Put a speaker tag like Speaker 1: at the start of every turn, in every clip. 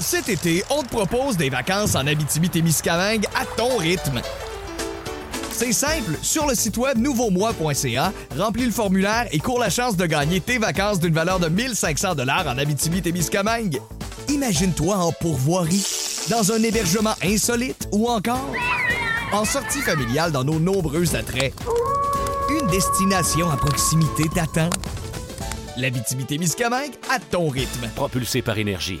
Speaker 1: Cet été, on te propose des vacances en Abitibi-Témiscamingue à ton rythme. C'est simple, sur le site web nouveaumois.ca, remplis le formulaire et cours la chance de gagner tes vacances d'une valeur de 1500 dollars en Abitibi-Témiscamingue. Imagine-toi en pourvoirie, dans un hébergement insolite ou encore en sortie familiale dans nos nombreux attraits. Une destination à proximité t'attend. L'Abitibi-Témiscamingue à ton rythme.
Speaker 2: propulsé par énergie.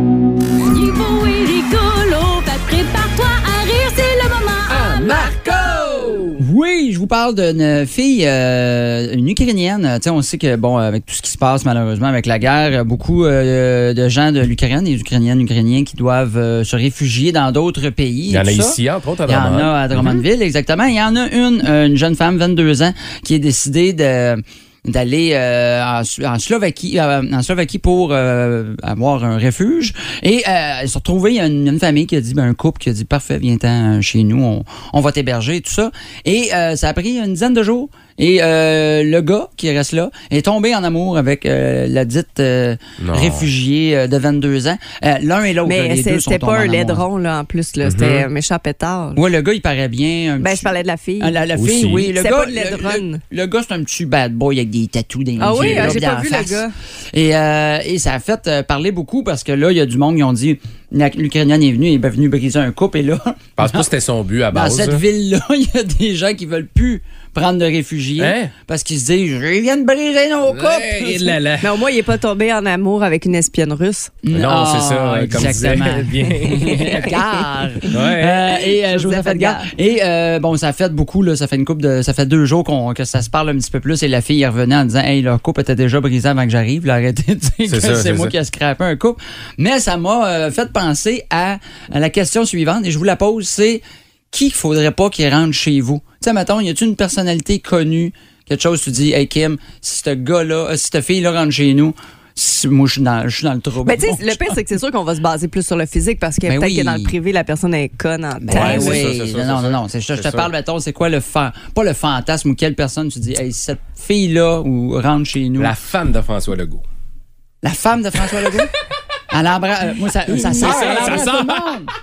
Speaker 3: Niveau et rigolo, fait que prépare-toi à rire, c'est le moment.
Speaker 4: Oui, je vous parle d'une fille, euh, une Ukrainienne. Tu sais, on sait que, bon, avec tout ce qui se passe, malheureusement, avec la guerre, beaucoup euh, de gens de l'Ukraine, des Ukrainiennes, Ukrainiens qui doivent euh, se réfugier dans d'autres pays.
Speaker 5: Il y
Speaker 4: et
Speaker 5: en a
Speaker 4: tout ça.
Speaker 5: ici, entre autres, à
Speaker 4: Il y en
Speaker 5: Drummond.
Speaker 4: a à Drummondville, exactement. Il y en a une, euh, une jeune femme, 22 ans, qui est décidée de d'aller euh, en, Su- en Slovaquie euh, en Slovaquie pour euh, avoir un refuge et euh, elle s'est retrouvée il y a une, une famille qui a dit ben, un couple qui a dit parfait viens ten chez nous on, on va t'héberger et tout ça et euh, ça a pris une dizaine de jours et euh, le gars qui reste là est tombé en amour avec euh, la dite euh, réfugiée euh, de 22 ans Euh, l'un et l'autre
Speaker 6: Mais
Speaker 4: les
Speaker 6: c'est-
Speaker 4: deux sont
Speaker 6: c'était
Speaker 4: tombés en
Speaker 6: pas un
Speaker 4: amour.
Speaker 6: laidron, là, en plus. là. C'était un méchant pétard. là.
Speaker 4: ouais le gars il paraît bien un
Speaker 6: Ben,
Speaker 4: petit-
Speaker 6: je parlais de la fille.
Speaker 4: ah, la, la
Speaker 5: Aussi.
Speaker 4: fille, oui. Le
Speaker 6: C'est
Speaker 4: gars,
Speaker 6: pas de
Speaker 4: le,
Speaker 6: l'Edron.
Speaker 4: le- le gars, c'est un petit bad boy avec des tatous dans les
Speaker 6: Ah oui,
Speaker 4: yeux,
Speaker 6: ah,
Speaker 4: là,
Speaker 6: j'ai
Speaker 4: puis
Speaker 6: pas
Speaker 4: dans
Speaker 6: vu
Speaker 4: la
Speaker 6: le
Speaker 4: face.
Speaker 6: gars.
Speaker 4: Et, euh, et ça a fait euh, parler beaucoup parce que là, il y a du monde qui ont dit la- l'Ukrainienne est venue, elle est venue briser un couple. Et là,
Speaker 5: Je pense pas que c'était son but à
Speaker 4: dans
Speaker 5: base.
Speaker 4: cette
Speaker 5: là.
Speaker 4: ville-là, il y a des gens qui veulent plus prendre de réfugiés
Speaker 5: Hein?
Speaker 4: parce qu'ils se disent ils viennent briser nos couples.
Speaker 5: Eh, là, là.
Speaker 6: Mais au moins, il est pas tombé en amour avec une espionne russe.
Speaker 1: Ben,
Speaker 5: Non,
Speaker 4: Ah,
Speaker 5: c'est ça, euh, comme
Speaker 4: exactement.
Speaker 5: disait.
Speaker 4: Edgar.
Speaker 5: Ouais.
Speaker 4: Euh, et euh,
Speaker 6: Joseph
Speaker 4: Joseph Edgar. Et euh, bon, ça fait beaucoup, là, ça fait une coupe de. Ça fait deux jours qu'on que ça se parle un petit peu plus. Et la fille elle revenait en disant Hey, leur couple était déjà brisé avant que j'arrive. Là, arrêtez de dire que
Speaker 5: C'est ça,
Speaker 4: c'est
Speaker 5: c'est
Speaker 4: moi
Speaker 5: ça.
Speaker 4: qui ai scrappé un couple. Mais ça m'a euh, fait penser à, à la question suivante, et je vous la pose, c'est qui faudrait pas qu'il rentre chez vous? Tu sais, mettons, y a-t-il une personnalité connue? Quelque chose, tu dis, hey Kim, si ce gars-là, euh, si cette fille-là rentre chez nous, si- moi, je suis dans, je suis dans le trouble.
Speaker 6: Ben, tu sais, le pire, c'est que c'est sûr qu'on va se baser plus sur le physique parce que
Speaker 4: Ben
Speaker 6: peut-être
Speaker 4: oui.
Speaker 6: que dans le privé, la personne est conne en
Speaker 4: Ben
Speaker 6: taille.
Speaker 5: c'est
Speaker 4: oui,
Speaker 5: ça, c'est
Speaker 4: non,
Speaker 5: ça, c'est
Speaker 4: non,
Speaker 5: ça.
Speaker 4: non, non, c'est ça. Je te
Speaker 5: C'est
Speaker 4: parle, mettons, c'est quoi le fan, pas le fantasme ou quelle personne tu dis, hey, cette fille-là ou rentre chez nous.
Speaker 5: La
Speaker 4: La,
Speaker 5: femme de François Legault.
Speaker 4: femme de François Legault? Elle embrasse. euh, moi, ça,
Speaker 6: Ah,
Speaker 4: ça sort.
Speaker 5: ça,
Speaker 4: elle
Speaker 5: ça
Speaker 4: embrasse
Speaker 5: sort.
Speaker 4: tout le monde.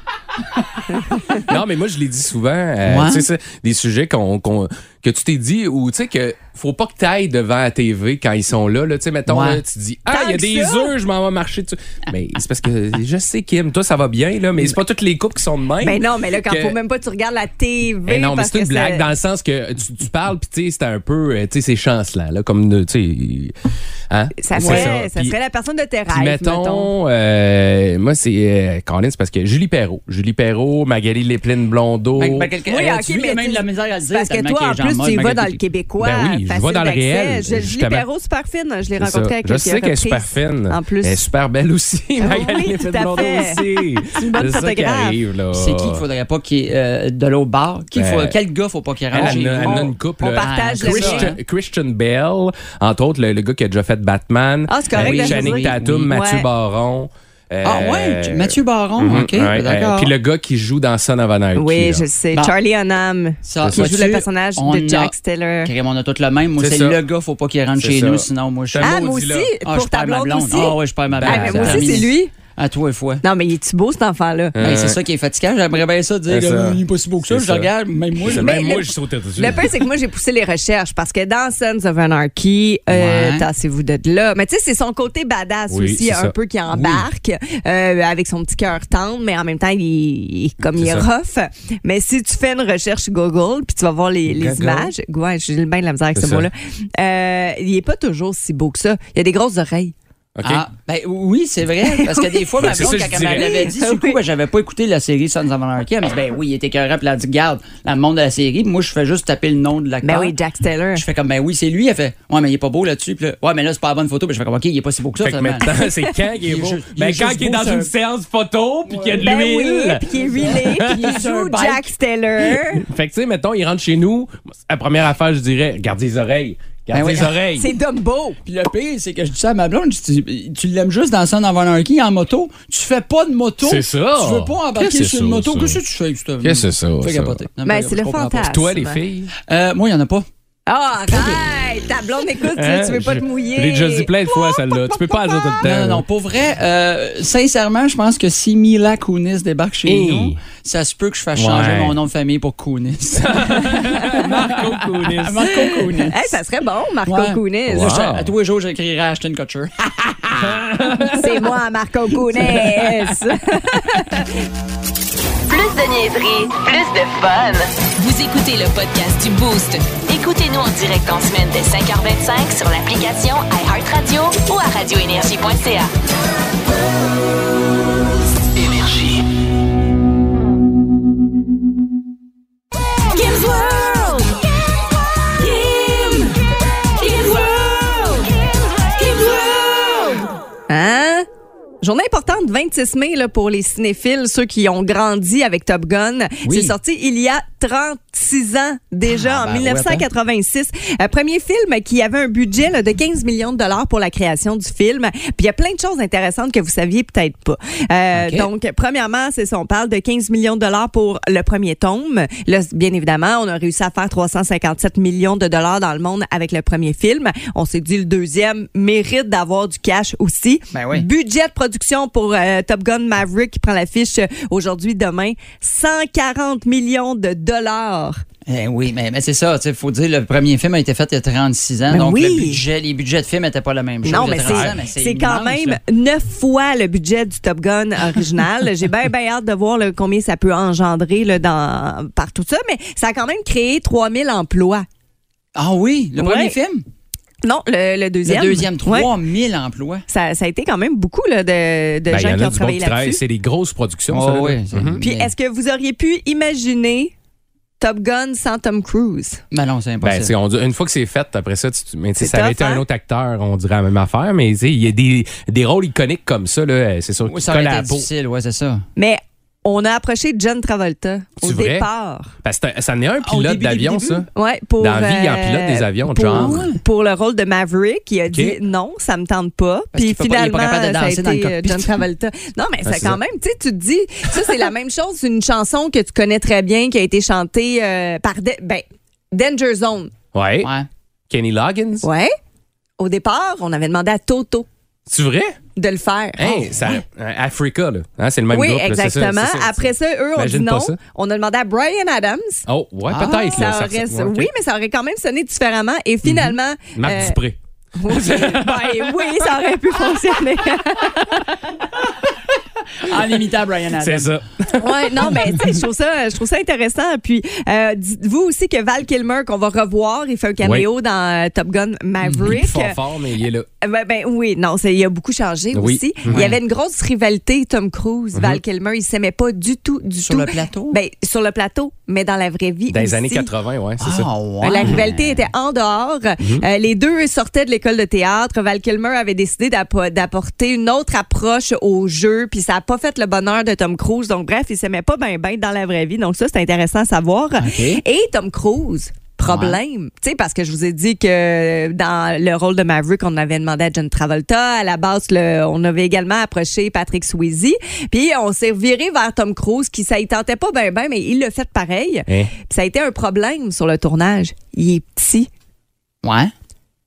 Speaker 5: Non, mais moi, je l'ai dit souvent. euh,
Speaker 4: Ouais.
Speaker 5: Tu sais, c'est des sujets qu'on, qu'on- que tu t'es dit ou tu sais que faut pas que tu ailles devant la TV quand ils sont là. là tu sais, mettons,
Speaker 4: Ouais.
Speaker 5: là, tu dis Ah,
Speaker 6: Tant
Speaker 5: il y a
Speaker 6: que
Speaker 5: des
Speaker 6: ça.
Speaker 5: œufs, je m'en vais marcher dessus. Mais c'est parce que je sais, Kim, toi, ça va bien, là, mais c'est pas toutes les couples qui sont de même.
Speaker 6: Ben non, mais là, quand
Speaker 5: Que-
Speaker 6: faut même pas, tu regardes la TV.
Speaker 5: Eh non, mais
Speaker 6: parce
Speaker 5: c'est une
Speaker 6: que
Speaker 5: blague dans le sens que tu, tu parles, puis tu sais, c'est un peu, euh, tu sais, c'est chancelant, là, comme, euh, tu sais, hein?
Speaker 6: Ça,
Speaker 5: C'est
Speaker 6: serait, ça
Speaker 5: Puis-
Speaker 6: serait la personne de tes
Speaker 5: puis
Speaker 6: rêves, mettons.
Speaker 5: mettons, euh, moi, c'est, euh, Colin, c'est parce que Julie Perrault, Julie Perrault, Magali Lépline Blondeau.
Speaker 4: Ben, ben, quelqu'un-
Speaker 6: Oui,
Speaker 4: euh,
Speaker 6: ok,
Speaker 4: tu vis, il y a
Speaker 6: mais
Speaker 4: même
Speaker 6: tu-
Speaker 4: de la misère à le dire.
Speaker 6: Parce que
Speaker 4: tellement qu'il
Speaker 6: toi,
Speaker 4: est
Speaker 6: en
Speaker 4: genre
Speaker 6: plus,
Speaker 4: mode,
Speaker 6: tu y
Speaker 4: ben,
Speaker 6: vas
Speaker 4: que-
Speaker 6: dans le québécois.
Speaker 5: Ben oui, je
Speaker 6: facile
Speaker 5: vais dans le
Speaker 6: d'accès.
Speaker 5: réel,
Speaker 6: Je- Julie
Speaker 5: justement.
Speaker 6: Perrault, super fine. Je l'ai
Speaker 5: C'est ça.
Speaker 6: rencontrée avec
Speaker 5: Je sais qu'elle est super fine.
Speaker 6: En plus. Ah
Speaker 5: Elle est super belle aussi, Magali
Speaker 6: oui, tout à
Speaker 5: Lépline Blondeau
Speaker 6: fait.
Speaker 5: aussi. C'est
Speaker 6: une bonne
Speaker 5: ça qui
Speaker 6: photographe.
Speaker 5: arrive, là.
Speaker 4: C'est qui qu'il faudrait pas qu'il y ait, euh, de l'autre bar? Qui
Speaker 5: Ben,
Speaker 4: faut- quel gars faut pas qu'il rentre
Speaker 5: Elle,
Speaker 4: chez
Speaker 5: elle, en a- elle en a
Speaker 4: nous?
Speaker 5: une couple.
Speaker 6: on
Speaker 5: là.
Speaker 6: partage le
Speaker 5: Christian, Christian Bell, entre autres, le, le gars qui a déjà fait Batman.
Speaker 6: Ah, c'est correct
Speaker 5: Oui,
Speaker 6: de le
Speaker 5: Channing
Speaker 4: dire.
Speaker 5: Tatum,
Speaker 4: Oui.
Speaker 5: Mathieu
Speaker 6: Ouais.
Speaker 5: Baron. euh,
Speaker 4: Ah ouais, Mathieu Baron,
Speaker 5: Mhm,
Speaker 4: ok,
Speaker 5: ouais,
Speaker 4: ben,
Speaker 5: euh,
Speaker 4: d'accord.
Speaker 5: Puis le gars qui joue dans Son of Anarchy.
Speaker 6: Oui,
Speaker 5: là.
Speaker 6: je sais.
Speaker 4: Bon.
Speaker 6: Charlie Hunnam,
Speaker 4: Ça,
Speaker 6: qui joue
Speaker 4: vois-tu,
Speaker 6: le personnage
Speaker 4: on a-
Speaker 6: de Jack Steller.
Speaker 4: Crème, on a tous le même. Moi,
Speaker 5: C'est
Speaker 4: c'est
Speaker 5: ça.
Speaker 4: le gars, faut pas qu'il rentre
Speaker 5: C'est
Speaker 4: chez
Speaker 5: ça.
Speaker 4: nous, sinon moi je
Speaker 5: C'est un
Speaker 6: Ah, moi
Speaker 5: maudit, là.
Speaker 6: aussi,
Speaker 4: Ah,
Speaker 6: pour
Speaker 4: je
Speaker 6: ta
Speaker 4: perds ma
Speaker 6: blonde
Speaker 4: blonde.
Speaker 6: aussi.
Speaker 4: Ah ouais, je perds ma
Speaker 5: Ben,
Speaker 4: blonde.
Speaker 6: Ah, mais moi aussi,
Speaker 4: Terminé.
Speaker 6: c'est lui.
Speaker 4: À toi et fois.
Speaker 6: Non, mais il est-tu beau, cet enfant-là?
Speaker 4: Hey, Ben, c'est ça qui est fatigant. J'aimerais bien ça dire
Speaker 5: Euh, C'est ça.
Speaker 4: euh, il n'est pas si beau que ça.
Speaker 5: C'est
Speaker 4: Je
Speaker 5: ça.
Speaker 4: regarde, même moi. je-
Speaker 5: C'est-
Speaker 6: Mais
Speaker 5: Même
Speaker 6: le-
Speaker 5: moi, je sautais dessus.
Speaker 6: Le pire, c'est que moi, j'ai poussé les recherches parce que dans Sons of Anarchy, euh,
Speaker 4: Ouais.
Speaker 6: tassez-vous de là. Mais tu sais, c'est son côté badass
Speaker 5: Oui,
Speaker 6: aussi,
Speaker 5: c'est
Speaker 6: un
Speaker 5: ça.
Speaker 6: peu qui embarque euh, avec son petit cœur tendre, mais en même temps, il, il- comme il est
Speaker 5: C'est
Speaker 6: rough. Mais si tu fais une recherche Google, puis tu vas voir les, les
Speaker 5: Google.
Speaker 6: images. Ouais, j'ai le bain de la misère avec
Speaker 5: C'est
Speaker 6: ce
Speaker 5: ça.
Speaker 6: mot-là. Euh, il est pas toujours si beau que ça. Il a des grosses oreilles.
Speaker 5: OK?
Speaker 4: Ah, ben oui, c'est vrai. Parce que des fois, ma
Speaker 5: Ben, c'est
Speaker 4: blonde,
Speaker 5: ça que
Speaker 4: quand
Speaker 5: je
Speaker 4: elle
Speaker 5: dirais.
Speaker 4: m'avait dit, sur le coup, ben, j'avais pas écouté la série Sons of Anarchy. Elle me dit, ben oui, il était cœur puis elle a dit, garde, la monde de la série. Moi, je fais juste taper le nom de
Speaker 6: Ben
Speaker 5: Ah.
Speaker 4: l'acteur.
Speaker 6: oui, Jack Steller.
Speaker 4: Je fais comme, ben oui, c'est lui. Elle fait, ouais, mais il est pas beau là-dessus. Puis là, ouais, mais là, c'est pas la bonne photo. Puis je fais comme, OK, il est pas si beau que ça.
Speaker 5: Fait que
Speaker 4: finalement.
Speaker 5: maintenant, c'est quand qu'il est
Speaker 4: Il est
Speaker 5: beau?
Speaker 4: juste- il
Speaker 5: Ben,
Speaker 4: est
Speaker 5: quand
Speaker 4: juste
Speaker 5: il est
Speaker 4: beau,
Speaker 5: dans
Speaker 4: c'est
Speaker 5: une
Speaker 4: un-
Speaker 5: séance photo, puis qu'il y a de
Speaker 6: Ben oui,
Speaker 5: l'huile.
Speaker 6: puis il est huilé, puis
Speaker 4: Il est
Speaker 6: il
Speaker 4: sur un
Speaker 6: joue
Speaker 4: bike.
Speaker 6: Jack Steller.
Speaker 5: Fait que, tu sais, mettons, il rentre chez nous. La première affaire, je dirais, regardez les oreilles. Garde
Speaker 4: Ben oui.
Speaker 5: les oreilles.
Speaker 6: C'est Dumbo.
Speaker 4: Puis le pire, c'est que je dis ça à ma blonde, je dis, ben, tu, tu l'aimes juste dans Son of Anarchy en moto. Tu fais pas de moto.
Speaker 5: C'est
Speaker 4: Tu
Speaker 5: ça.
Speaker 4: veux pas
Speaker 5: Qu'est-ce
Speaker 4: embarquer
Speaker 5: que
Speaker 4: sur
Speaker 5: c'est
Speaker 4: une
Speaker 5: ça,
Speaker 4: moto.
Speaker 5: ça?
Speaker 4: Qu'est-ce que tu fais, Qu'est-ce
Speaker 5: Qu'est-ce que c'est ça,
Speaker 4: Tu fais
Speaker 5: ça?
Speaker 4: capoter. Non,
Speaker 6: Ben,
Speaker 4: je
Speaker 6: c'est le
Speaker 4: comprends pas.
Speaker 6: fantasme.
Speaker 5: Toi, les filles.
Speaker 4: Euh, moi, il y en a pas.
Speaker 6: Ah, arrête! Ta blonde écoute, tu-
Speaker 5: Hein?
Speaker 6: tu veux pas
Speaker 5: Je-
Speaker 6: te mouiller.
Speaker 5: Je l'ai déjà dit plein de fois, celle-là. Tu peux pas la dire tout le temps.
Speaker 4: Non, non, non. Pour vrai, euh, sincèrement, je pense que si Mila Kunis débarque chez
Speaker 5: Hey.
Speaker 4: nous, ça se peut que je fasse changer
Speaker 5: Ouais.
Speaker 4: mon nom de famille pour Kunis.
Speaker 5: Marco Ben, Kounis.
Speaker 4: Marco Kunis.
Speaker 6: Eh, ça serait bon, Marco
Speaker 4: Ouais.
Speaker 6: Kounis.
Speaker 4: Là,
Speaker 5: Wow.
Speaker 4: je- à tous les jours, j'écrirai à Ashton Kutcher.
Speaker 6: C'est moi, Marco Kounis.
Speaker 7: Plus de niaiserie, plus de fun. Vous écoutez le podcast du Boost. Écoutez-nous en direct en semaine dès 5h25 sur l'application iHeartRadio ou à radioénergie.ca.
Speaker 3: Kim's World. Kim. Kim's World. Kim's World.
Speaker 6: Hein? Journée importante, 26 mai, là, pour les cinéphiles, ceux qui ont grandi avec Top Gun.
Speaker 4: Oui.
Speaker 6: C'est sorti il y a 36 ans déjà,
Speaker 4: Ah, ben,
Speaker 6: en 1986. Euh, Premier film qui avait un budget là, de 15 millions de dollars pour la création du film. Puis il y a plein de choses intéressantes que vous saviez peut-être pas. Euh,
Speaker 4: OK.
Speaker 6: Donc, premièrement, c'est ça, on parle de 15 millions de dollars pour le premier tome. Là, c- bien évidemment, on a réussi à faire 357 millions de dollars dans le monde avec le premier film. On s'est dit, le deuxième mérite d'avoir du cash aussi.
Speaker 4: Ben oui.
Speaker 6: Budget de production pour euh, Top Gun Maverick qui prend l'affiche euh, aujourd'hui, demain, 140 millions de dollars.
Speaker 4: Eh oui, mais, mais c'est ça. Il faut dire le premier film a été fait il y a 36 ans.
Speaker 6: Ben
Speaker 4: donc,
Speaker 6: oui.
Speaker 4: le budget, les budgets de films n'étaient pas la même chose.
Speaker 6: Non,
Speaker 4: il y a
Speaker 6: mais
Speaker 4: 36 ans,
Speaker 6: c'est c'est quand
Speaker 4: immense,
Speaker 6: même
Speaker 4: là.
Speaker 6: neuf fois le budget du Top Gun original. J'ai bien bien hâte de voir là, combien ça peut engendrer là, dans, par tout ça, mais ça a quand même créé 3000 emplois.
Speaker 4: Ah oui, le
Speaker 6: Ouais.
Speaker 4: premier film?
Speaker 6: Non, le, le deuxième.
Speaker 4: Le deuxième,
Speaker 6: Ouais.
Speaker 4: 3000 emplois.
Speaker 6: Ça, ça a été quand même beaucoup là, de, de
Speaker 5: Ben, il y
Speaker 6: gens
Speaker 5: en
Speaker 6: qui
Speaker 5: a
Speaker 6: ont
Speaker 5: du bon
Speaker 6: travaillé
Speaker 5: qui travaille.
Speaker 6: là-dessus.
Speaker 5: C'est des grosses productions,
Speaker 4: Ah
Speaker 5: ça. là.
Speaker 4: oui, c'est-
Speaker 5: Mhm.
Speaker 6: Puis
Speaker 4: Mais-
Speaker 6: est-ce que vous auriez pu imaginer Top Gun sans Tom Cruise?
Speaker 4: Ben non, c'est
Speaker 5: Ben,
Speaker 4: impossible.
Speaker 5: tu sais, on dit- une fois que c'est fait, après ça, tu, tu- mais tu sais,
Speaker 6: C'est
Speaker 5: ça avait
Speaker 6: tough,
Speaker 5: été
Speaker 6: hein?
Speaker 5: un autre acteur, on dirait la même affaire, mais tu sais, il y a des, des rôles iconiques comme ça, là, euh, c'est sûr que
Speaker 4: Oui,
Speaker 5: tu
Speaker 4: ça aurait
Speaker 5: colles à
Speaker 4: été
Speaker 5: la peau.
Speaker 4: difficile, ouais, c'est ça.
Speaker 6: Mais on a approché John Travolta au
Speaker 5: C'est vrai?
Speaker 6: départ.
Speaker 5: Parce que ça en est un
Speaker 4: Ah, Au
Speaker 5: pilote
Speaker 4: début,
Speaker 5: d'avion,
Speaker 4: début,
Speaker 5: ça.
Speaker 4: début.
Speaker 6: Ouais, pour,
Speaker 5: Dans la vie, il en
Speaker 6: euh,
Speaker 5: pilote des avions,
Speaker 6: pour,
Speaker 5: John.
Speaker 6: Pour le rôle de Maverick, il a dit non, ça me tente pas.
Speaker 4: Parce qu'il
Speaker 6: Puis
Speaker 4: peut pas- il est
Speaker 6: finalement,
Speaker 4: pas capable de
Speaker 6: ça a
Speaker 4: danser dans le
Speaker 6: été euh,
Speaker 4: cockpit.
Speaker 6: John Travolta. Non, mais c'est
Speaker 5: Ah, c'est
Speaker 6: quand
Speaker 5: ça.
Speaker 6: même, tu sais, tu te dis, ça c'est la même chose, c'est une chanson que tu connais très bien, qui a été chantée euh, par, Da- ben, Danger Zone.
Speaker 5: Ouais.
Speaker 4: Ouais.
Speaker 5: Kenny Loggins.
Speaker 6: Ouais. Au départ, on avait demandé à Toto
Speaker 5: C'est vrai?
Speaker 6: de le faire.
Speaker 5: Hey, ça- euh, Africa, là. Hein, c'est le même
Speaker 6: Oh, oui,
Speaker 5: groupe. là, c'est ça, c'est
Speaker 6: exactement.
Speaker 5: ça, c'est-
Speaker 6: Après ça, eux, on dit
Speaker 5: Imagine pas
Speaker 6: non.
Speaker 5: ça.
Speaker 6: On a demandé à Brian Adams.
Speaker 5: Oh, ouais,
Speaker 4: Ah,
Speaker 5: peut-être.
Speaker 6: Ça
Speaker 5: là, ça-
Speaker 6: aurait-
Speaker 5: ouais, ok.
Speaker 6: Oui, mais ça aurait quand même sonné différemment. Et finalement.
Speaker 5: Marc
Speaker 6: euh,
Speaker 5: Dupré.
Speaker 6: Oui, ben oui, ça aurait pu fonctionner.
Speaker 4: En imitant Brian Adams.
Speaker 6: ah,
Speaker 5: C'est ça.
Speaker 6: ouais, non, mais tu sais, je trouve ça, je trouve ça intéressant. Puis euh, dites-vous aussi que Val Kilmer qu'on va revoir, il fait un caméo dans euh, Top Gun Maverick.
Speaker 5: Fort, fort, mais il est là.
Speaker 6: Euh, Ben, ben oui, non, c'est- il a beaucoup changé
Speaker 5: Oui.
Speaker 6: aussi.
Speaker 5: Mhm.
Speaker 6: Il y avait une grosse rivalité Tom Cruise, Val Kilmer, il s'aimait pas du tout, du
Speaker 4: Sur
Speaker 6: tout.
Speaker 4: le plateau?
Speaker 6: Ben sur le plateau, mais dans la vraie vie.
Speaker 5: Dans les
Speaker 6: aussi.
Speaker 5: années 80, ouais, c'est ça.
Speaker 4: Ah, ouais.
Speaker 6: La rivalité était en dehors. Euh, les deux sortaient de l'école de théâtre. Val Kilmer avait décidé d'appo- d'apporter une autre approche au jeu, puis ça n'a pas fait le bonheur de Tom Cruise. Donc, bref, il s'aimait pas bien ben dans la vraie vie. Donc, ça, c'est intéressant à savoir. Et Tom Cruise. Problème, tu sais, parce que je vous ai dit que dans le rôle de Maverick, on avait demandé à John Travolta. À la base, le- on avait également approché Patrick Swayze. Puis on s'est viré vers Tom Cruise, qui ça y tentait pas bien, ben, mais il le fait pareil.
Speaker 5: Hein?
Speaker 6: Puis ça a été un problème sur le tournage. Il est petit.
Speaker 4: Ouais.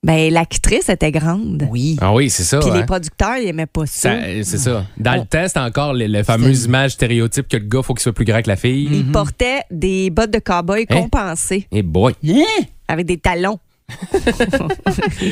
Speaker 6: Ben, l'actrice était grande.
Speaker 4: Oui.
Speaker 5: Ah oui, c'est ça.
Speaker 6: Puis
Speaker 5: hein.
Speaker 6: les Oh. producteurs, ils n'aimaient pas ça.
Speaker 5: Ça, euh, c'est ça. Dans le test, encore les, les fameuses images stéréotypes que le gars, faut qu'il soit plus grand que la fille.
Speaker 4: mhm.
Speaker 6: Ils portaient des bottes de cow-boy
Speaker 5: Hein?
Speaker 6: compensées
Speaker 5: Et boy.
Speaker 4: Hein?
Speaker 6: avec des talons.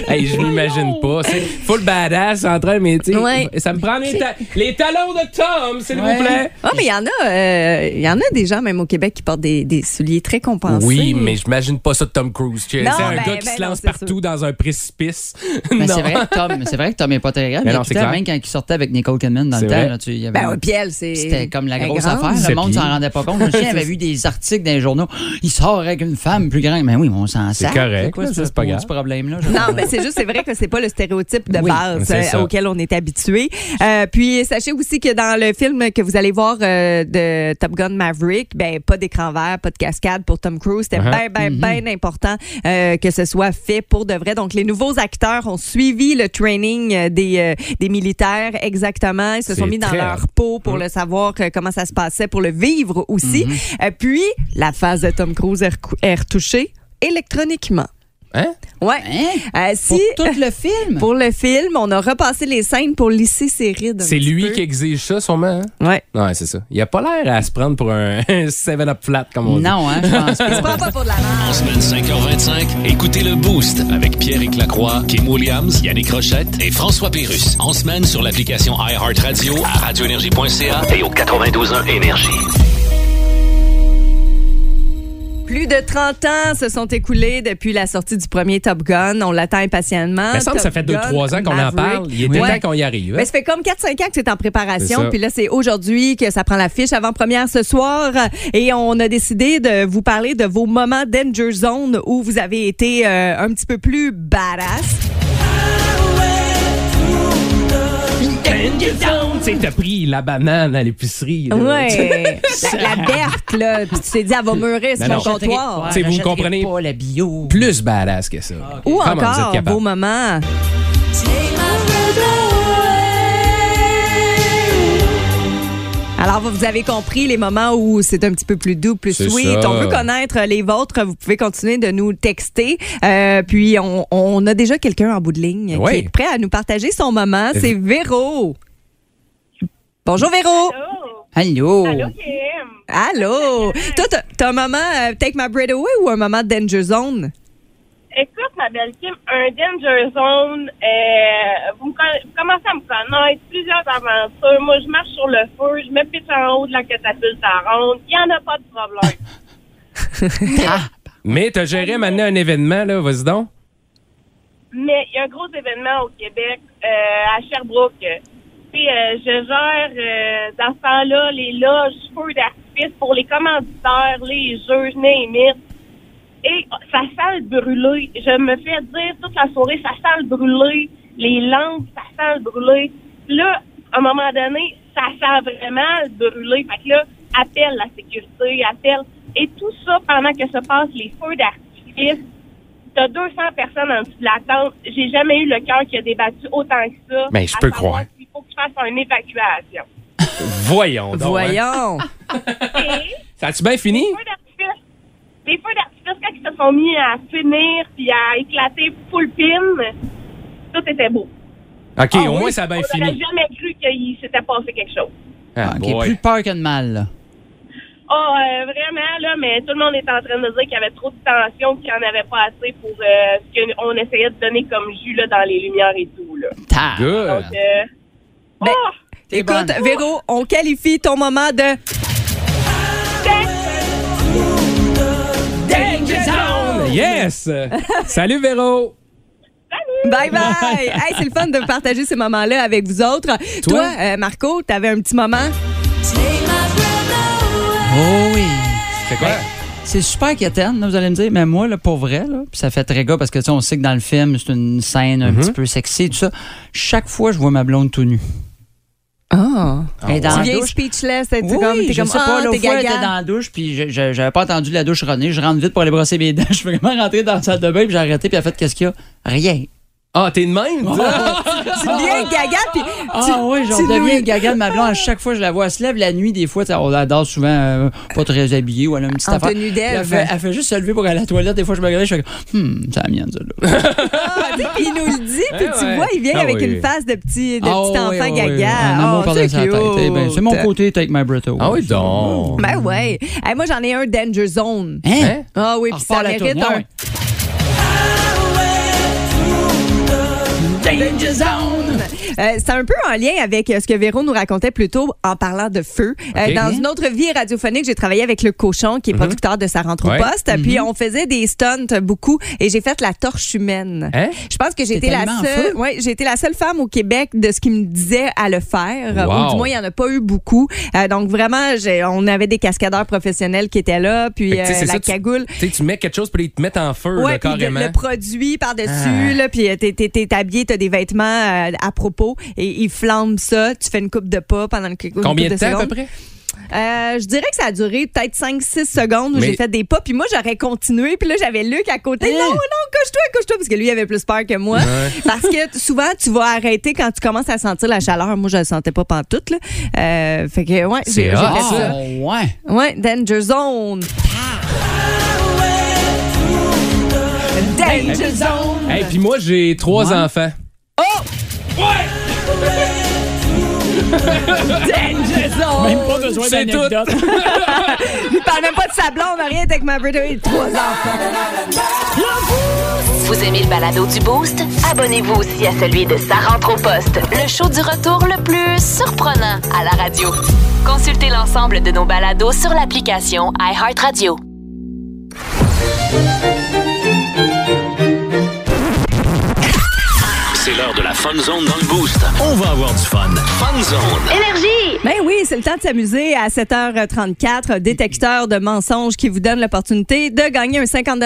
Speaker 5: Hey, je m'imagine pas. C'est full badass en train, mais tu sais,
Speaker 6: Ouais.
Speaker 5: ça me prend les, ta- les talons de Tom, s'il
Speaker 4: Ouais.
Speaker 5: vous plaît.
Speaker 6: Ah, mais il y en a, euh, il y en a des gens, même au Québec, qui portent des, des souliers très compensés. Ben,
Speaker 5: Oui, mais j'imagine pas ça de Tom Cruise. C'est
Speaker 6: Non,
Speaker 5: un
Speaker 6: ben,
Speaker 5: gars qui
Speaker 6: ben
Speaker 5: se
Speaker 6: non,
Speaker 5: lance
Speaker 6: c'est Ben,
Speaker 5: partout dans un précipice.
Speaker 4: Mais
Speaker 5: Non.
Speaker 4: c'est vrai, que Tom, c'est vrai que Tom est pas très grand.
Speaker 5: Mais
Speaker 4: Mais
Speaker 5: non, c'est
Speaker 4: écoutez,
Speaker 5: clair.
Speaker 4: même quand il sortait avec Nicole Kidman dans le
Speaker 5: C'est
Speaker 4: temps,
Speaker 5: vrai.
Speaker 4: là, tu- il y avait
Speaker 6: Ben,
Speaker 4: un-
Speaker 6: oui, puis elle, c'est.
Speaker 4: C'était comme la
Speaker 6: elle
Speaker 4: grosse
Speaker 6: grande.
Speaker 4: affaire.
Speaker 5: C'est
Speaker 4: Le monde
Speaker 5: pire.
Speaker 4: s'en rendait pas compte. Je me souviens, j'avais vu des articles dans les journaux. Il sort avec une femme plus grande. Mais oui, mais on s'en sert.
Speaker 5: correct,
Speaker 4: quoi
Speaker 5: là,
Speaker 4: ce
Speaker 5: c'est ça, c'est pas
Speaker 4: pose
Speaker 5: grave.
Speaker 4: ce problème-là. je
Speaker 6: Non, ben,
Speaker 4: crois.
Speaker 6: mais c'est juste, c'est vrai que c'est pas le stéréotype de
Speaker 4: Oui,
Speaker 6: base
Speaker 5: c'est
Speaker 6: euh,
Speaker 5: ça.
Speaker 6: auquel on est habitué. Euh, puis sachez aussi que dans le film que vous allez voir euh, de Top Gun Maverick, ben pas d'écran vert, pas de cascade pour Tom Cruise, c'était
Speaker 5: Uh-huh.
Speaker 6: bien bien bien important euh, que ce soit fait pour de vrai. Donc les nouveaux acteurs ont suivi le training euh, des euh, des militaires exactement, ils se
Speaker 5: C'est
Speaker 6: sont mis dans
Speaker 5: très Mm-hmm.
Speaker 6: leur peau pour le savoir euh, comment ça se passait, pour le vivre aussi.
Speaker 5: Mm-hmm.
Speaker 6: Euh, puis la phase de Tom Cruise est recou- est retouchée électroniquement.
Speaker 5: Hein?
Speaker 6: Ouais.
Speaker 4: Hein?
Speaker 6: Euh,
Speaker 4: Pour
Speaker 6: si euh,
Speaker 4: tout le film?
Speaker 6: pour le film, on a repassé les scènes pour lisser ses rides. un
Speaker 5: C'est
Speaker 6: petit
Speaker 5: lui
Speaker 6: peu.
Speaker 5: qui exige ça, sûrement. hein?
Speaker 6: Ouais.
Speaker 5: Ouais, c'est ça. Il a pas l'air à se prendre pour un 7-up flat, comme on dit.
Speaker 4: Non, hein, je pense pas.
Speaker 6: Il se prend pas pour de la merde.
Speaker 2: En semaine 5h25, écoutez le Boost avec Pierre Lacroix, Kim Williams, Yannick Rochette et François Pérus. En semaine sur l'application iHeartRadio à radioénergie.ca et au 92.1 Énergie.
Speaker 6: Plus de 30 ans se sont écoulés depuis la sortie du premier Top Gun. On l'attend impatiemment.
Speaker 5: Il me semble que ça
Speaker 6: Top
Speaker 5: fait
Speaker 6: Gun
Speaker 5: 2-3 ans qu'on en
Speaker 6: Maverick.
Speaker 5: parle. Il était
Speaker 6: Ouais.
Speaker 5: temps qu'on y arrive. hein?
Speaker 6: Mais ça fait comme 4-5 ans que c'est en
Speaker 5: C'est
Speaker 6: préparation.
Speaker 5: ça.
Speaker 6: Puis là, c'est aujourd'hui que ça prend l'affiche avant-première ce soir. Et on a décidé de vous parler de vos moments Danger Zone où vous avez été euh, un petit peu plus badass.
Speaker 5: Tu sais, t'as pris la banane à l'épicerie. là.
Speaker 6: Ouais. la, la Berthe, là. Puis tu t'es dit, elle va meurer sur
Speaker 5: Ben
Speaker 6: le
Speaker 5: non.
Speaker 6: comptoir.
Speaker 5: T'sais, vous
Speaker 4: Ah, J'achèterai
Speaker 5: comprenez-
Speaker 4: pas la bio. Ah,
Speaker 5: Plus badass que ça.
Speaker 6: Ou
Speaker 5: Comment vous êtes
Speaker 6: encore,
Speaker 5: capable?
Speaker 6: beau moment. Alors, vous vous avez compris les moments où c'est un petit peu plus doux, plus
Speaker 5: C'est
Speaker 6: sweet.
Speaker 5: ça.
Speaker 6: On veut connaître les vôtres. Vous pouvez continuer de nous texter. Euh, puis, on, on a déjà quelqu'un en bout de ligne
Speaker 5: Oui.
Speaker 6: qui est prêt à nous partager son moment. C'est Véro. Bonjour, Véro.
Speaker 4: Allô?
Speaker 6: Allô. Toi, t'as- t'as un moment euh, Take My Breath Away ou un moment Danger Zone?
Speaker 8: Écoute, ma belle Kim, un danger zone, euh, vous, me conna- vous commencez à me connaître, plusieurs aventures. Moi, je marche sur le feu, je me pitche en haut de la catapulte à ronde. Il n'y en a pas de problème.
Speaker 5: Mais t'as géré maintenant un événement, là, vas-y donc.
Speaker 8: Mais il y a un gros événement au Québec, euh, à Sherbrooke. Puis, euh, je gère, euh, dans ce temps-là, les loges, feux d'artifice pour les commanditaires, les juges, name it. Et oh, ça sent le brûlé. Je me fais dire toute la soirée, ça sent le brûlé. Les lampes, ça sent le brûlé. Là, à un moment donné, ça sent vraiment le brûlé. Fait que là, appelle la sécurité, appelle. Et tout ça pendant que se passent les feux d'artifice. T'as 200 personnes en dessous de la tente. J'ai jamais eu le cœur qui a débattu autant que ça.
Speaker 5: Mais Ben, je
Speaker 8: À
Speaker 5: peux
Speaker 8: savoir
Speaker 5: croire.
Speaker 8: s'il faut que je fasse une évacuation.
Speaker 5: Voyons donc. hein.
Speaker 6: Voyons.
Speaker 8: Et-
Speaker 5: Ça a-tu bien fini?
Speaker 8: feux d'artifice. Des feux d'artifice, quand ils se sont mis à finir puis à éclater full pin, tout était beau.
Speaker 5: OK,
Speaker 6: Ah
Speaker 5: au
Speaker 6: oui?
Speaker 5: moins, ça a
Speaker 8: On
Speaker 5: bien
Speaker 8: n'aurait
Speaker 5: fini.
Speaker 8: jamais cru qu'il s'était passé quelque chose.
Speaker 5: Ah,
Speaker 4: OK,
Speaker 5: boy.
Speaker 4: plus de peur que de mal, là.
Speaker 8: Ah, euh, vraiment, là, mais tout le monde est en train de dire qu'il y avait trop de tension, qu'il n'y en avait pas assez pour euh, ce qu'on essayait de donner comme jus là, dans les lumières et tout. Là.
Speaker 4: Ta-
Speaker 5: Good.
Speaker 8: Donc, euh,
Speaker 5: Ben,
Speaker 8: oh,
Speaker 4: T'es
Speaker 6: Écoute,
Speaker 4: bonne.
Speaker 6: Véro, on qualifie ton moment de
Speaker 5: Yes! Salut, Véro!
Speaker 6: Bye bye! hey, c'est le fun de partager ces moments-là avec vous autres. Toi, euh, Marco, t'avais un petit moment.
Speaker 4: Oh oui. Ben,
Speaker 5: C'est quoi?
Speaker 4: C'est super quétaine, là, vous allez me dire, mais moi, là, pour vrai, là, puis ça fait très gars parce que tu sais, on sait que dans le film, c'est une scène
Speaker 5: Mhm.
Speaker 4: un petit peu sexy, tout ça. Chaque fois, je vois ma blonde tout nue. Et
Speaker 6: Oh.
Speaker 4: Ah. dans
Speaker 6: Tu
Speaker 4: la
Speaker 6: viens
Speaker 4: douche.
Speaker 6: speechless, t'es
Speaker 4: Oui,
Speaker 6: comme, t'es
Speaker 4: je
Speaker 6: comme,
Speaker 4: sais pas,
Speaker 6: ah,
Speaker 4: l'autre
Speaker 6: t'es
Speaker 4: fois,
Speaker 6: gaga.
Speaker 4: j'étais dans la douche, puis je- je- j'avais pas entendu la douche ronner. Je rentre vite pour aller brosser mes dents. Je suis vraiment rentré dans la salle de bain, puis j'ai arrêté, puis elle a fait qu'est-ce qu'il y a? Rien.
Speaker 5: Ah, t'es de même?
Speaker 6: Tu deviens gaga, puis tu-
Speaker 4: Ah oui, j'en
Speaker 6: tu nous-
Speaker 4: deviens gaga de ma blonde. À chaque fois, je la vois. Elle se lève la nuit, des fois, tu sais, on l'adore souvent, euh, pas très habillée, ou elle a une petite
Speaker 6: En
Speaker 4: affaire.
Speaker 6: tenue
Speaker 4: Puis Elle
Speaker 6: d'Ève.
Speaker 4: fait, elle fait juste se lever pour aller à la toilette. Des fois, je me regarde, je fais comme, hum, c'est la mienne, celle-là.
Speaker 6: Ah, tu sais, puis il nous le dit, puis
Speaker 5: Eh
Speaker 6: tu
Speaker 5: ouais.
Speaker 6: vois, il vient
Speaker 5: Ah
Speaker 6: avec
Speaker 5: oui.
Speaker 6: une face de petit, de
Speaker 4: Ah oui,
Speaker 6: petit enfant
Speaker 4: oui,
Speaker 6: gaga.
Speaker 4: oui. Un
Speaker 6: Ah,
Speaker 4: amour par-dessus
Speaker 6: c'est
Speaker 4: la tête. Eh ben, c'est mon
Speaker 6: cute.
Speaker 4: côté Take My Breath Away.
Speaker 5: Ah oui, donc.
Speaker 6: Ben ouais. Hey, moi, j'en ai un Danger Zone.
Speaker 4: Hein?
Speaker 6: Ah oui,
Speaker 4: On
Speaker 6: puis ça
Speaker 4: repart la
Speaker 6: mérite
Speaker 4: tournée, ah
Speaker 6: un.
Speaker 4: oui. Danger Zone!
Speaker 6: Euh, c'est un peu en lien avec euh, ce que Véro nous racontait plus tôt en parlant de feu. Euh,
Speaker 5: Ok.
Speaker 6: dans une autre vie radiophonique, j'ai travaillé avec le cochon
Speaker 4: Mhm.
Speaker 6: qui est producteur de sa rentre au
Speaker 5: Ouais.
Speaker 6: poste. Puis on faisait des stunts beaucoup et j'ai fait la torche humaine.
Speaker 5: Hein?
Speaker 6: Je pense que j'ai
Speaker 4: T'es
Speaker 6: été la
Speaker 4: tellement en
Speaker 6: seule,
Speaker 4: feu.
Speaker 6: ouais, j'ai été la seule femme au Québec de ce qui me disait à le faire.
Speaker 5: Wow.
Speaker 6: Ou du moins, il n'y en a pas eu beaucoup. Euh, donc vraiment, j'ai- on avait des cascadeurs professionnels qui étaient là, puis
Speaker 5: Fait que, tu sais,
Speaker 6: euh,
Speaker 5: c'est
Speaker 6: la
Speaker 5: ça, tu-
Speaker 6: cagoule.
Speaker 5: Tu sais, tu mets quelque chose, puis ils te mettent en feu, là,
Speaker 6: puis le-
Speaker 5: carrément. Ah.
Speaker 6: Le, produit par-dessus, là, puis euh, t'es, t'es, t'es habillé, t'as des vêtements euh, à propos, et ils flambent ça, tu fais une coupe de pas pendant le, une
Speaker 5: Combien
Speaker 6: coupe
Speaker 5: de temps, à peu
Speaker 6: secondes.
Speaker 5: près?
Speaker 6: Euh, je dirais que ça a duré peut-être 5-6 secondes où
Speaker 5: Mais- Hein?
Speaker 6: j'ai fait des pas, puis moi, j'aurais continué, puis là, j'avais Luc à côté. Non, non, couche-toi, couche-toi, parce que lui, il avait plus peur que moi. Parce que t- souvent, tu vas arrêter quand tu commences à sentir la chaleur. Moi, je le sentais pas pantoute, là. Euh, fait que, ouais, j'ai, j'ai fait
Speaker 5: hot,
Speaker 6: ça.
Speaker 4: Ah, ouais.
Speaker 6: Ouais, Danger Zone. Danger Zone.
Speaker 5: Hey, puis moi, j'ai trois
Speaker 4: Ouais.
Speaker 5: enfants.
Speaker 6: Danger Zone.
Speaker 9: Même pas besoin
Speaker 5: C'est tout.
Speaker 9: d'anecdote.
Speaker 6: Il parle même pas de sa blonde, rien avec ma brother et trois enfants.
Speaker 7: Vous aimez le balado du Boost? Abonnez-vous aussi à celui de Sa rentre au poste, le show du retour le plus surprenant à la radio. Consultez l'ensemble de nos balados sur l'application iHeartRadio.
Speaker 2: C'est l'heure de la Fun Zone dans le Boost. On va avoir du fun. Fun Zone.
Speaker 6: Ben oui, c'est le temps de s'amuser à 7h34. Détecteur de mensonges qui vous donne l'opportunité de gagner un 50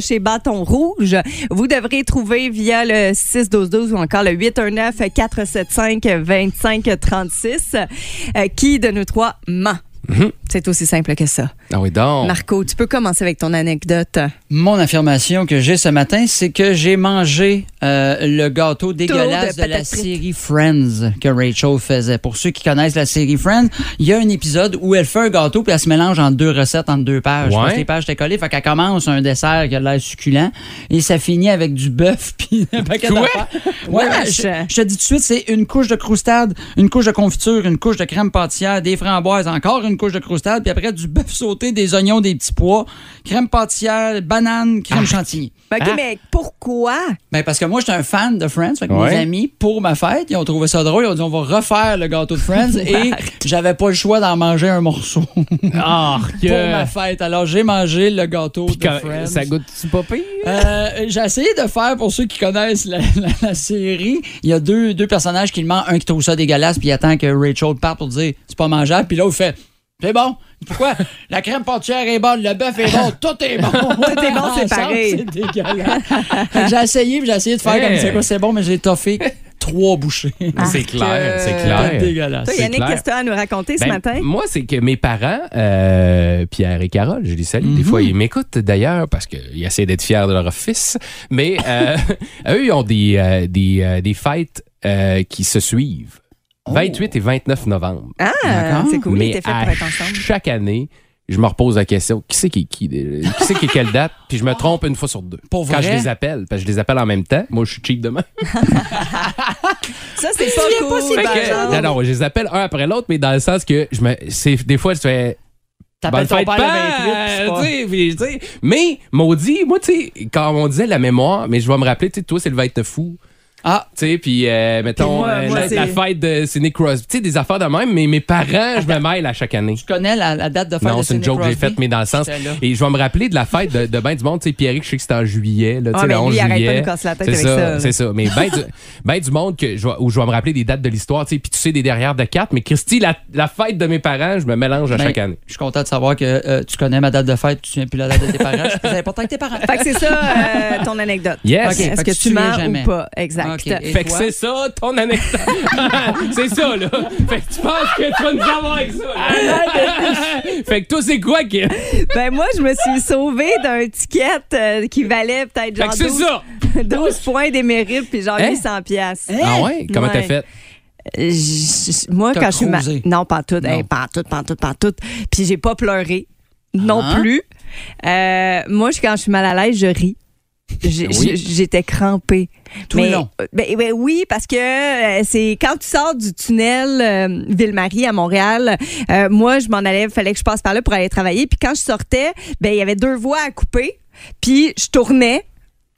Speaker 6: chez Bâton Rouge. Vous devrez trouver via le 61212 ou encore le 819-475-2536 euh, qui de nous trois ment.
Speaker 5: Mhm.
Speaker 6: C'est aussi simple que ça.
Speaker 5: Ah oui, donc.
Speaker 6: Marco, tu peux commencer avec ton anecdote.
Speaker 4: Mon affirmation que j'ai ce matin, c'est que j'ai mangé euh, le gâteau dégueulasse de,
Speaker 6: de
Speaker 4: la
Speaker 6: patates frites.
Speaker 4: série Friends que Rachel faisait. Pour ceux qui connaissent la série Friends, il y a un épisode où elle fait un gâteau puis elle se mélange en deux recettes, en deux pages. Je pense
Speaker 5: Ouais.
Speaker 4: que les pages étaient collées. Fait qu'elle commence un dessert qui a l'air succulent et ça finit avec du bœuf puis un paquet
Speaker 5: Quoi?
Speaker 4: d'affaires. Ouais,
Speaker 6: Wesh!
Speaker 4: je, je te dis tout de suite, c'est une couche de croustade, une couche de confiture, une couche de crème pâtissière, des framboises, encore une couche de croustade, puis après du bœuf sauté, des oignons, des petits pois, crème pâtissière, banane, crème chantilly.
Speaker 6: Ben, OK,
Speaker 5: Ah.
Speaker 6: mais pourquoi?
Speaker 4: Ben parce que moi, j'étais un fan de Friends. Fait que
Speaker 5: Ouais.
Speaker 4: mes amis, pour ma fête, ils ont trouvé ça drôle. Ils ont dit on va refaire le gâteau de Friends et j'avais pas le choix d'en manger un morceau
Speaker 9: Ah, que-
Speaker 4: pour ma fête. Alors j'ai mangé le gâteau
Speaker 9: Puis
Speaker 4: de
Speaker 9: quand-
Speaker 4: Friends.
Speaker 9: ça goûte-tu pas pire?
Speaker 4: Euh, j'ai essayé de faire, pour ceux qui connaissent la, la- la série, il y a deux, deux personnages qui le mentent. Un qui trouve ça dégueulasse, puis il attend que Rachel parte pour dire c'est pas mangeable. Puis l'autre fait c'est bon. Pourquoi? La crème portière est bonne, le bœuf est bon, tout est bon. tout
Speaker 6: est bon, c'est pareil.
Speaker 4: C'est dégueulasse. Fait que j'ai essayé, puis j'ai essayé de faire comme
Speaker 5: Hey.
Speaker 4: c'est quoi, c'est bon, mais j'ai toffé trois bouchées.
Speaker 5: C'est clair,
Speaker 6: euh,
Speaker 5: c'est
Speaker 4: C'était
Speaker 5: clair.
Speaker 4: dégueulasse.
Speaker 6: Toi,
Speaker 5: C'est
Speaker 6: Yannick,
Speaker 5: clair.
Speaker 6: qu'est-ce que tu as à nous raconter ce
Speaker 5: Ben,
Speaker 6: matin?
Speaker 5: Moi, c'est que mes parents, euh, Pierre et Carole, je les salue.
Speaker 4: Mhm.
Speaker 5: Des fois, ils m'écoutent d'ailleurs parce qu'ils essaient d'être fiers de leur fils. Mais euh, eux, ils ont des, euh, des, euh, des fêtes euh, qui se suivent.
Speaker 4: Oh.
Speaker 5: 28 et 29 novembre.
Speaker 6: Ah, c'est cool, il
Speaker 5: Mais
Speaker 6: était fait
Speaker 5: à
Speaker 6: pour être ensemble.
Speaker 5: chaque année, je me repose la question qui c'est qui est qui, euh, qui c'est qui est quelle date, puis je me trompe une fois sur deux.
Speaker 4: Pour
Speaker 5: Quand je
Speaker 4: vrai?
Speaker 5: les appelle, parce que je les appelle en même temps. Moi, je suis cheap demain.
Speaker 6: Ça, c'est pas cool.
Speaker 5: Fait
Speaker 6: par
Speaker 5: que-
Speaker 6: exemple.
Speaker 5: non, non, je les appelle un après l'autre, mais dans le sens que je me, c'est des fois je fais
Speaker 4: T'appelles
Speaker 5: Bonne
Speaker 4: ton père
Speaker 5: fête,
Speaker 4: le 28, puis c'est
Speaker 5: père,
Speaker 4: pas-
Speaker 5: tu sais, puis, tu sais. Mais, maudit, moi, tu sais, quand on disait la mémoire, mais je vais me rappeler, tu sais, toi, c'est le 29 fou.
Speaker 4: Ah.
Speaker 5: Tu sais, puis, euh, mettons,
Speaker 6: Puis moi,
Speaker 5: euh,
Speaker 6: moi,
Speaker 5: la,
Speaker 6: c'est-
Speaker 5: la fête de Sidney Crosby. Tu sais, des affaires de même, mais mes parents, je me mêle à chaque année.
Speaker 4: Tu connais la, la date de fin
Speaker 5: Non, c'est une joke que j'ai faite, mais dans le sens.
Speaker 4: J'étais là.
Speaker 5: Et je vais me rappeler de la fête de, de ben du monde. Tu sais, Pierre, je sais que c'était en juillet, là, tu
Speaker 6: Ah,
Speaker 5: sais,
Speaker 6: mais
Speaker 5: le
Speaker 6: lui,
Speaker 5: 11
Speaker 6: il arrête pas de
Speaker 5: juillet.
Speaker 6: nous casser la tête
Speaker 5: C'est
Speaker 6: avec ça.
Speaker 5: C'est ça. Mais ben du, ben du monde que je vais- où je vais me rappeler des dates de l'histoire, tu sais, puis tu sais, des derrières de quatre. Mais Christy, la, la fête de mes parents, je me mélange à
Speaker 4: Ben,
Speaker 5: chaque année.
Speaker 4: Je suis content de savoir que euh, tu connais ma date de fête, tu ne plus la date de tes parents. Je suis plus important que tes parents.
Speaker 6: Fait que c'est ça euh, ton anecdote.
Speaker 5: Yes.
Speaker 6: Ok, Est-ce
Speaker 4: Fait
Speaker 6: que
Speaker 4: que
Speaker 6: tu
Speaker 4: tu
Speaker 6: mens
Speaker 4: souviens jamais.
Speaker 6: ou pas? Exact.
Speaker 4: Ok, et-
Speaker 5: Fait que
Speaker 4: toi?
Speaker 5: c'est ça, ton anecdote. c'est ça, là. Fait que tu penses que tu vas nous avoir avec ça. là. fait que toi, c'est quoi, qui Fait
Speaker 6: Ben moi, je me suis sauvée d'un ticket euh, qui valait peut-être genre
Speaker 5: que c'est
Speaker 6: 12,
Speaker 5: ça.
Speaker 6: 12 points d'émérite puis genre
Speaker 5: Hein?
Speaker 6: 800 pièces.
Speaker 5: Ah ouais? Comment t'as
Speaker 6: Ouais.
Speaker 5: fait?
Speaker 6: Moi,
Speaker 4: T'as
Speaker 6: quand je suis ma-
Speaker 4: cruisé.
Speaker 6: Non, pas tout.
Speaker 4: Non.
Speaker 6: pas tout, pas tout, pas tout. Puis j'ai pas pleuré non
Speaker 4: Ah.
Speaker 6: plus. Euh, moi, je- quand je suis mal à l'aise, je ris. J'ai-
Speaker 4: Ben
Speaker 5: Oui.
Speaker 6: j'ai- J'étais crampée.
Speaker 4: Tout le long.
Speaker 6: euh, ben- ben oui, parce que euh, c'est quand tu sors du tunnel euh, Ville-Marie à Montréal, euh, moi, je m'en allais, fallait que je passe par là pour aller travailler. Puis quand je sortais, ben il y avait deux voies à couper. Puis je tournais.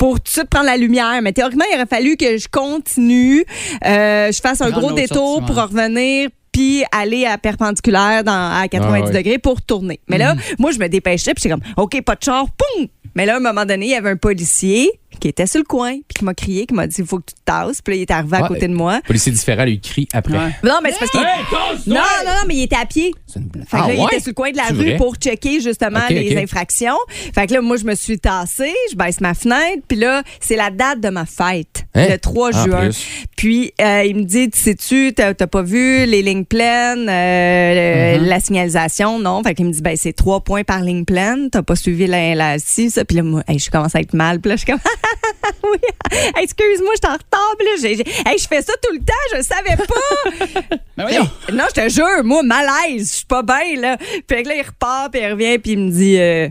Speaker 6: pour tout de suite prendre la lumière. Mais théoriquement, il aurait fallu que je continue, euh, je fasse un
Speaker 4: Prendre
Speaker 6: gros
Speaker 4: l'autre
Speaker 6: détour
Speaker 4: sortie,
Speaker 6: pour
Speaker 4: ouais.
Speaker 6: revenir puis aller à perpendiculaire dans, à 90
Speaker 5: Ah ouais. Mm.
Speaker 6: degrés pour tourner. Mais là, moi, je me dépêchais, puis j'étais comme, OK, pas de char, poum! Mais là, à un moment donné, il y avait un policier qui était sur le coin, puis qui m'a crié, qui m'a dit, il faut que tu te tasses. Puis là, il est arrivé à
Speaker 5: Ouais. Hein?
Speaker 6: côté de moi.
Speaker 5: Le policier différent lui crie après.
Speaker 4: Ouais.
Speaker 6: Non, mais c'est parce qu'il... non, non, non, mais il était à pied.
Speaker 5: C'est une blague.
Speaker 6: Fait que
Speaker 5: Ah
Speaker 6: là, il
Speaker 5: ouais?
Speaker 6: était sur le coin de la
Speaker 5: C'est
Speaker 6: rue
Speaker 5: vrai?
Speaker 6: pour checker justement
Speaker 5: Ok,
Speaker 6: les
Speaker 5: ok.
Speaker 6: infractions. Fait que là, moi, je me suis tassée, je baisse ma fenêtre, puis là, c'est la date de ma fête,
Speaker 5: Hein?
Speaker 6: le 3
Speaker 5: En
Speaker 6: juin.
Speaker 5: plus.
Speaker 6: Puis euh, il me dit, tu sais-tu, t'as t'as pas vu les lignes pleines, euh,
Speaker 5: Mm-hmm.
Speaker 6: le- la signalisation, non? Fait qu'il me dit, ben c'est trois points par ligne pleine, t'as pas suivi la, la six, ça. Puis là, moi, hey, je commence à être mal, puis là, je suis comme, oui, excuse-moi, je t'en retard, puis là, j'ai- j'ai- hey, je fais ça tout le temps, je le savais pas!
Speaker 5: Ben
Speaker 4: Mais voyons.
Speaker 6: Hey, non, je te jure, moi, malaise, je suis pas bien, là. Puis là, il repart, puis il revient, puis il me dit... euh,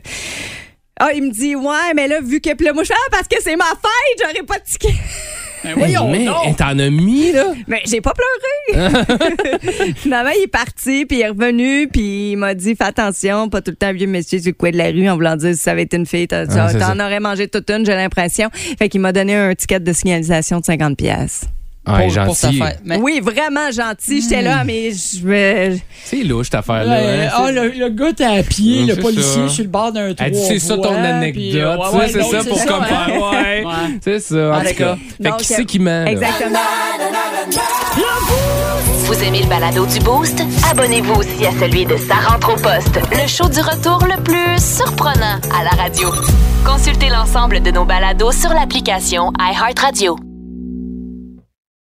Speaker 6: Ah, il me dit, ouais, mais là, vu que. Puis là, moi, je fais, ah, parce que c'est ma fête, j'aurais pas de ticket.
Speaker 4: Mais
Speaker 5: mais elle t'en a mis, là.
Speaker 6: Mais Ben, j'ai pas pleuré. Finalement, il est parti, puis il est revenu, puis il m'a dit, fais attention, pas tout le temps vieux monsieur du coin de la rue, en voulant dire, si ça avait été une fille, t'as-
Speaker 5: Ah, c'est
Speaker 6: t'en aurais mangé toute une, j'ai l'impression. Fait qu'il m'a donné un ticket de signalisation de 50$. pièces.
Speaker 5: Ah,
Speaker 4: Pour- pour ta
Speaker 5: gentil.
Speaker 4: fête. Mais-
Speaker 6: Oui, vraiment gentil. J'étais
Speaker 5: Hmm.
Speaker 6: là, mais je me-
Speaker 5: C'est louche, cette
Speaker 4: Ouais,
Speaker 5: affaire-là. hein.
Speaker 4: ah, le, le gars était à pied,
Speaker 5: Hum,
Speaker 4: le
Speaker 5: c'est
Speaker 4: policier
Speaker 5: ça.
Speaker 4: sur le bord d'un trou.
Speaker 5: Elle dit, c'est ça ton anecdote. ça, c'est ça pour comme faire. Ouais.
Speaker 4: hein. Ouais.
Speaker 5: C'est ça, en
Speaker 4: Ah,
Speaker 5: tout cas.
Speaker 4: d'accord.
Speaker 5: Fait que
Speaker 6: Donc,
Speaker 5: qui c'est qui ment? là?
Speaker 6: Exactement.
Speaker 7: Vous aimez le balado du Boost? Abonnez-vous aussi à celui de Sa rentre au poste, le show du retour le plus surprenant à la radio. Consultez l'ensemble de nos balados sur l'application iHeartRadio.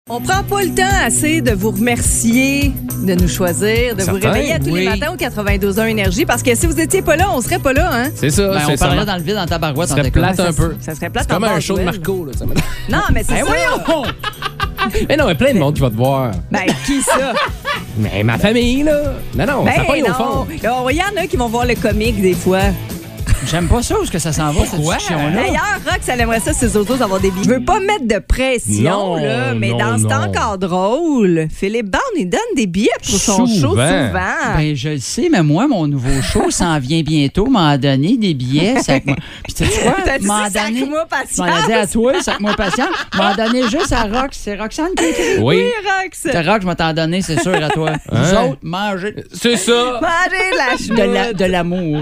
Speaker 6: On prend pas le temps assez de vous remercier, de nous choisir, de vous
Speaker 5: Certain,
Speaker 6: réveiller à tous les
Speaker 4: oui.
Speaker 6: matins au 92.1 Énergie, parce que si vous étiez pas là, on serait pas là, hein?
Speaker 5: C'est ça,
Speaker 4: Ben,
Speaker 5: c'est
Speaker 4: on parlerait
Speaker 5: ça.
Speaker 4: dans le vide en tabarouette.
Speaker 5: Ça
Speaker 4: en
Speaker 5: serait
Speaker 4: tout cas.
Speaker 5: plate un peu.
Speaker 6: Ça serait plate
Speaker 5: C'est comme
Speaker 6: en
Speaker 5: un
Speaker 6: bord
Speaker 5: show de
Speaker 6: duel.
Speaker 5: Marco, là. ça me-
Speaker 6: Non, mais c'est
Speaker 4: Ben,
Speaker 6: ça.
Speaker 4: voyons!
Speaker 5: Mais non, mais plein de monde qui va te voir.
Speaker 6: Ben, qui ça? Ben,
Speaker 5: Mais ma famille, là. Non, Ben non, ça pogne au fond.
Speaker 6: non. Il y en a qui vont voir le comique des fois.
Speaker 4: J'aime pas ça où est-ce que ça s'en va, cette discussion-là.
Speaker 6: D'ailleurs, Rox, elle aimerait ça, ses autos, avoir des billets. Je veux pas mettre de pression,
Speaker 5: Non,
Speaker 6: là, mais
Speaker 5: non,
Speaker 6: dans ce
Speaker 5: non.
Speaker 6: temps encore drôle, Philippe Barne, il donne des billets pour son show souvent.
Speaker 5: Souvent. Ah.
Speaker 4: Ben, je le sais, mais moi, mon nouveau show s'en vient bientôt. M'en donner des billets, ça que moi. Puis, tu sais quoi?
Speaker 6: T'as dit
Speaker 4: M'en
Speaker 6: ça que
Speaker 4: donner.
Speaker 6: moi,
Speaker 4: M'en
Speaker 6: patience.
Speaker 4: a dit à toi, ça que moi, patient. M'en donner juste à Rox. C'est Roxane qui écrit.
Speaker 5: Oui.
Speaker 6: Rox,
Speaker 4: C'est Rox, je vais t'en donner, c'est sûr, à toi. Vous
Speaker 5: Hein?
Speaker 4: autres, mangez
Speaker 5: C'est ça.
Speaker 6: mangez de la
Speaker 4: de la-
Speaker 6: chenoute.
Speaker 4: de l'amour.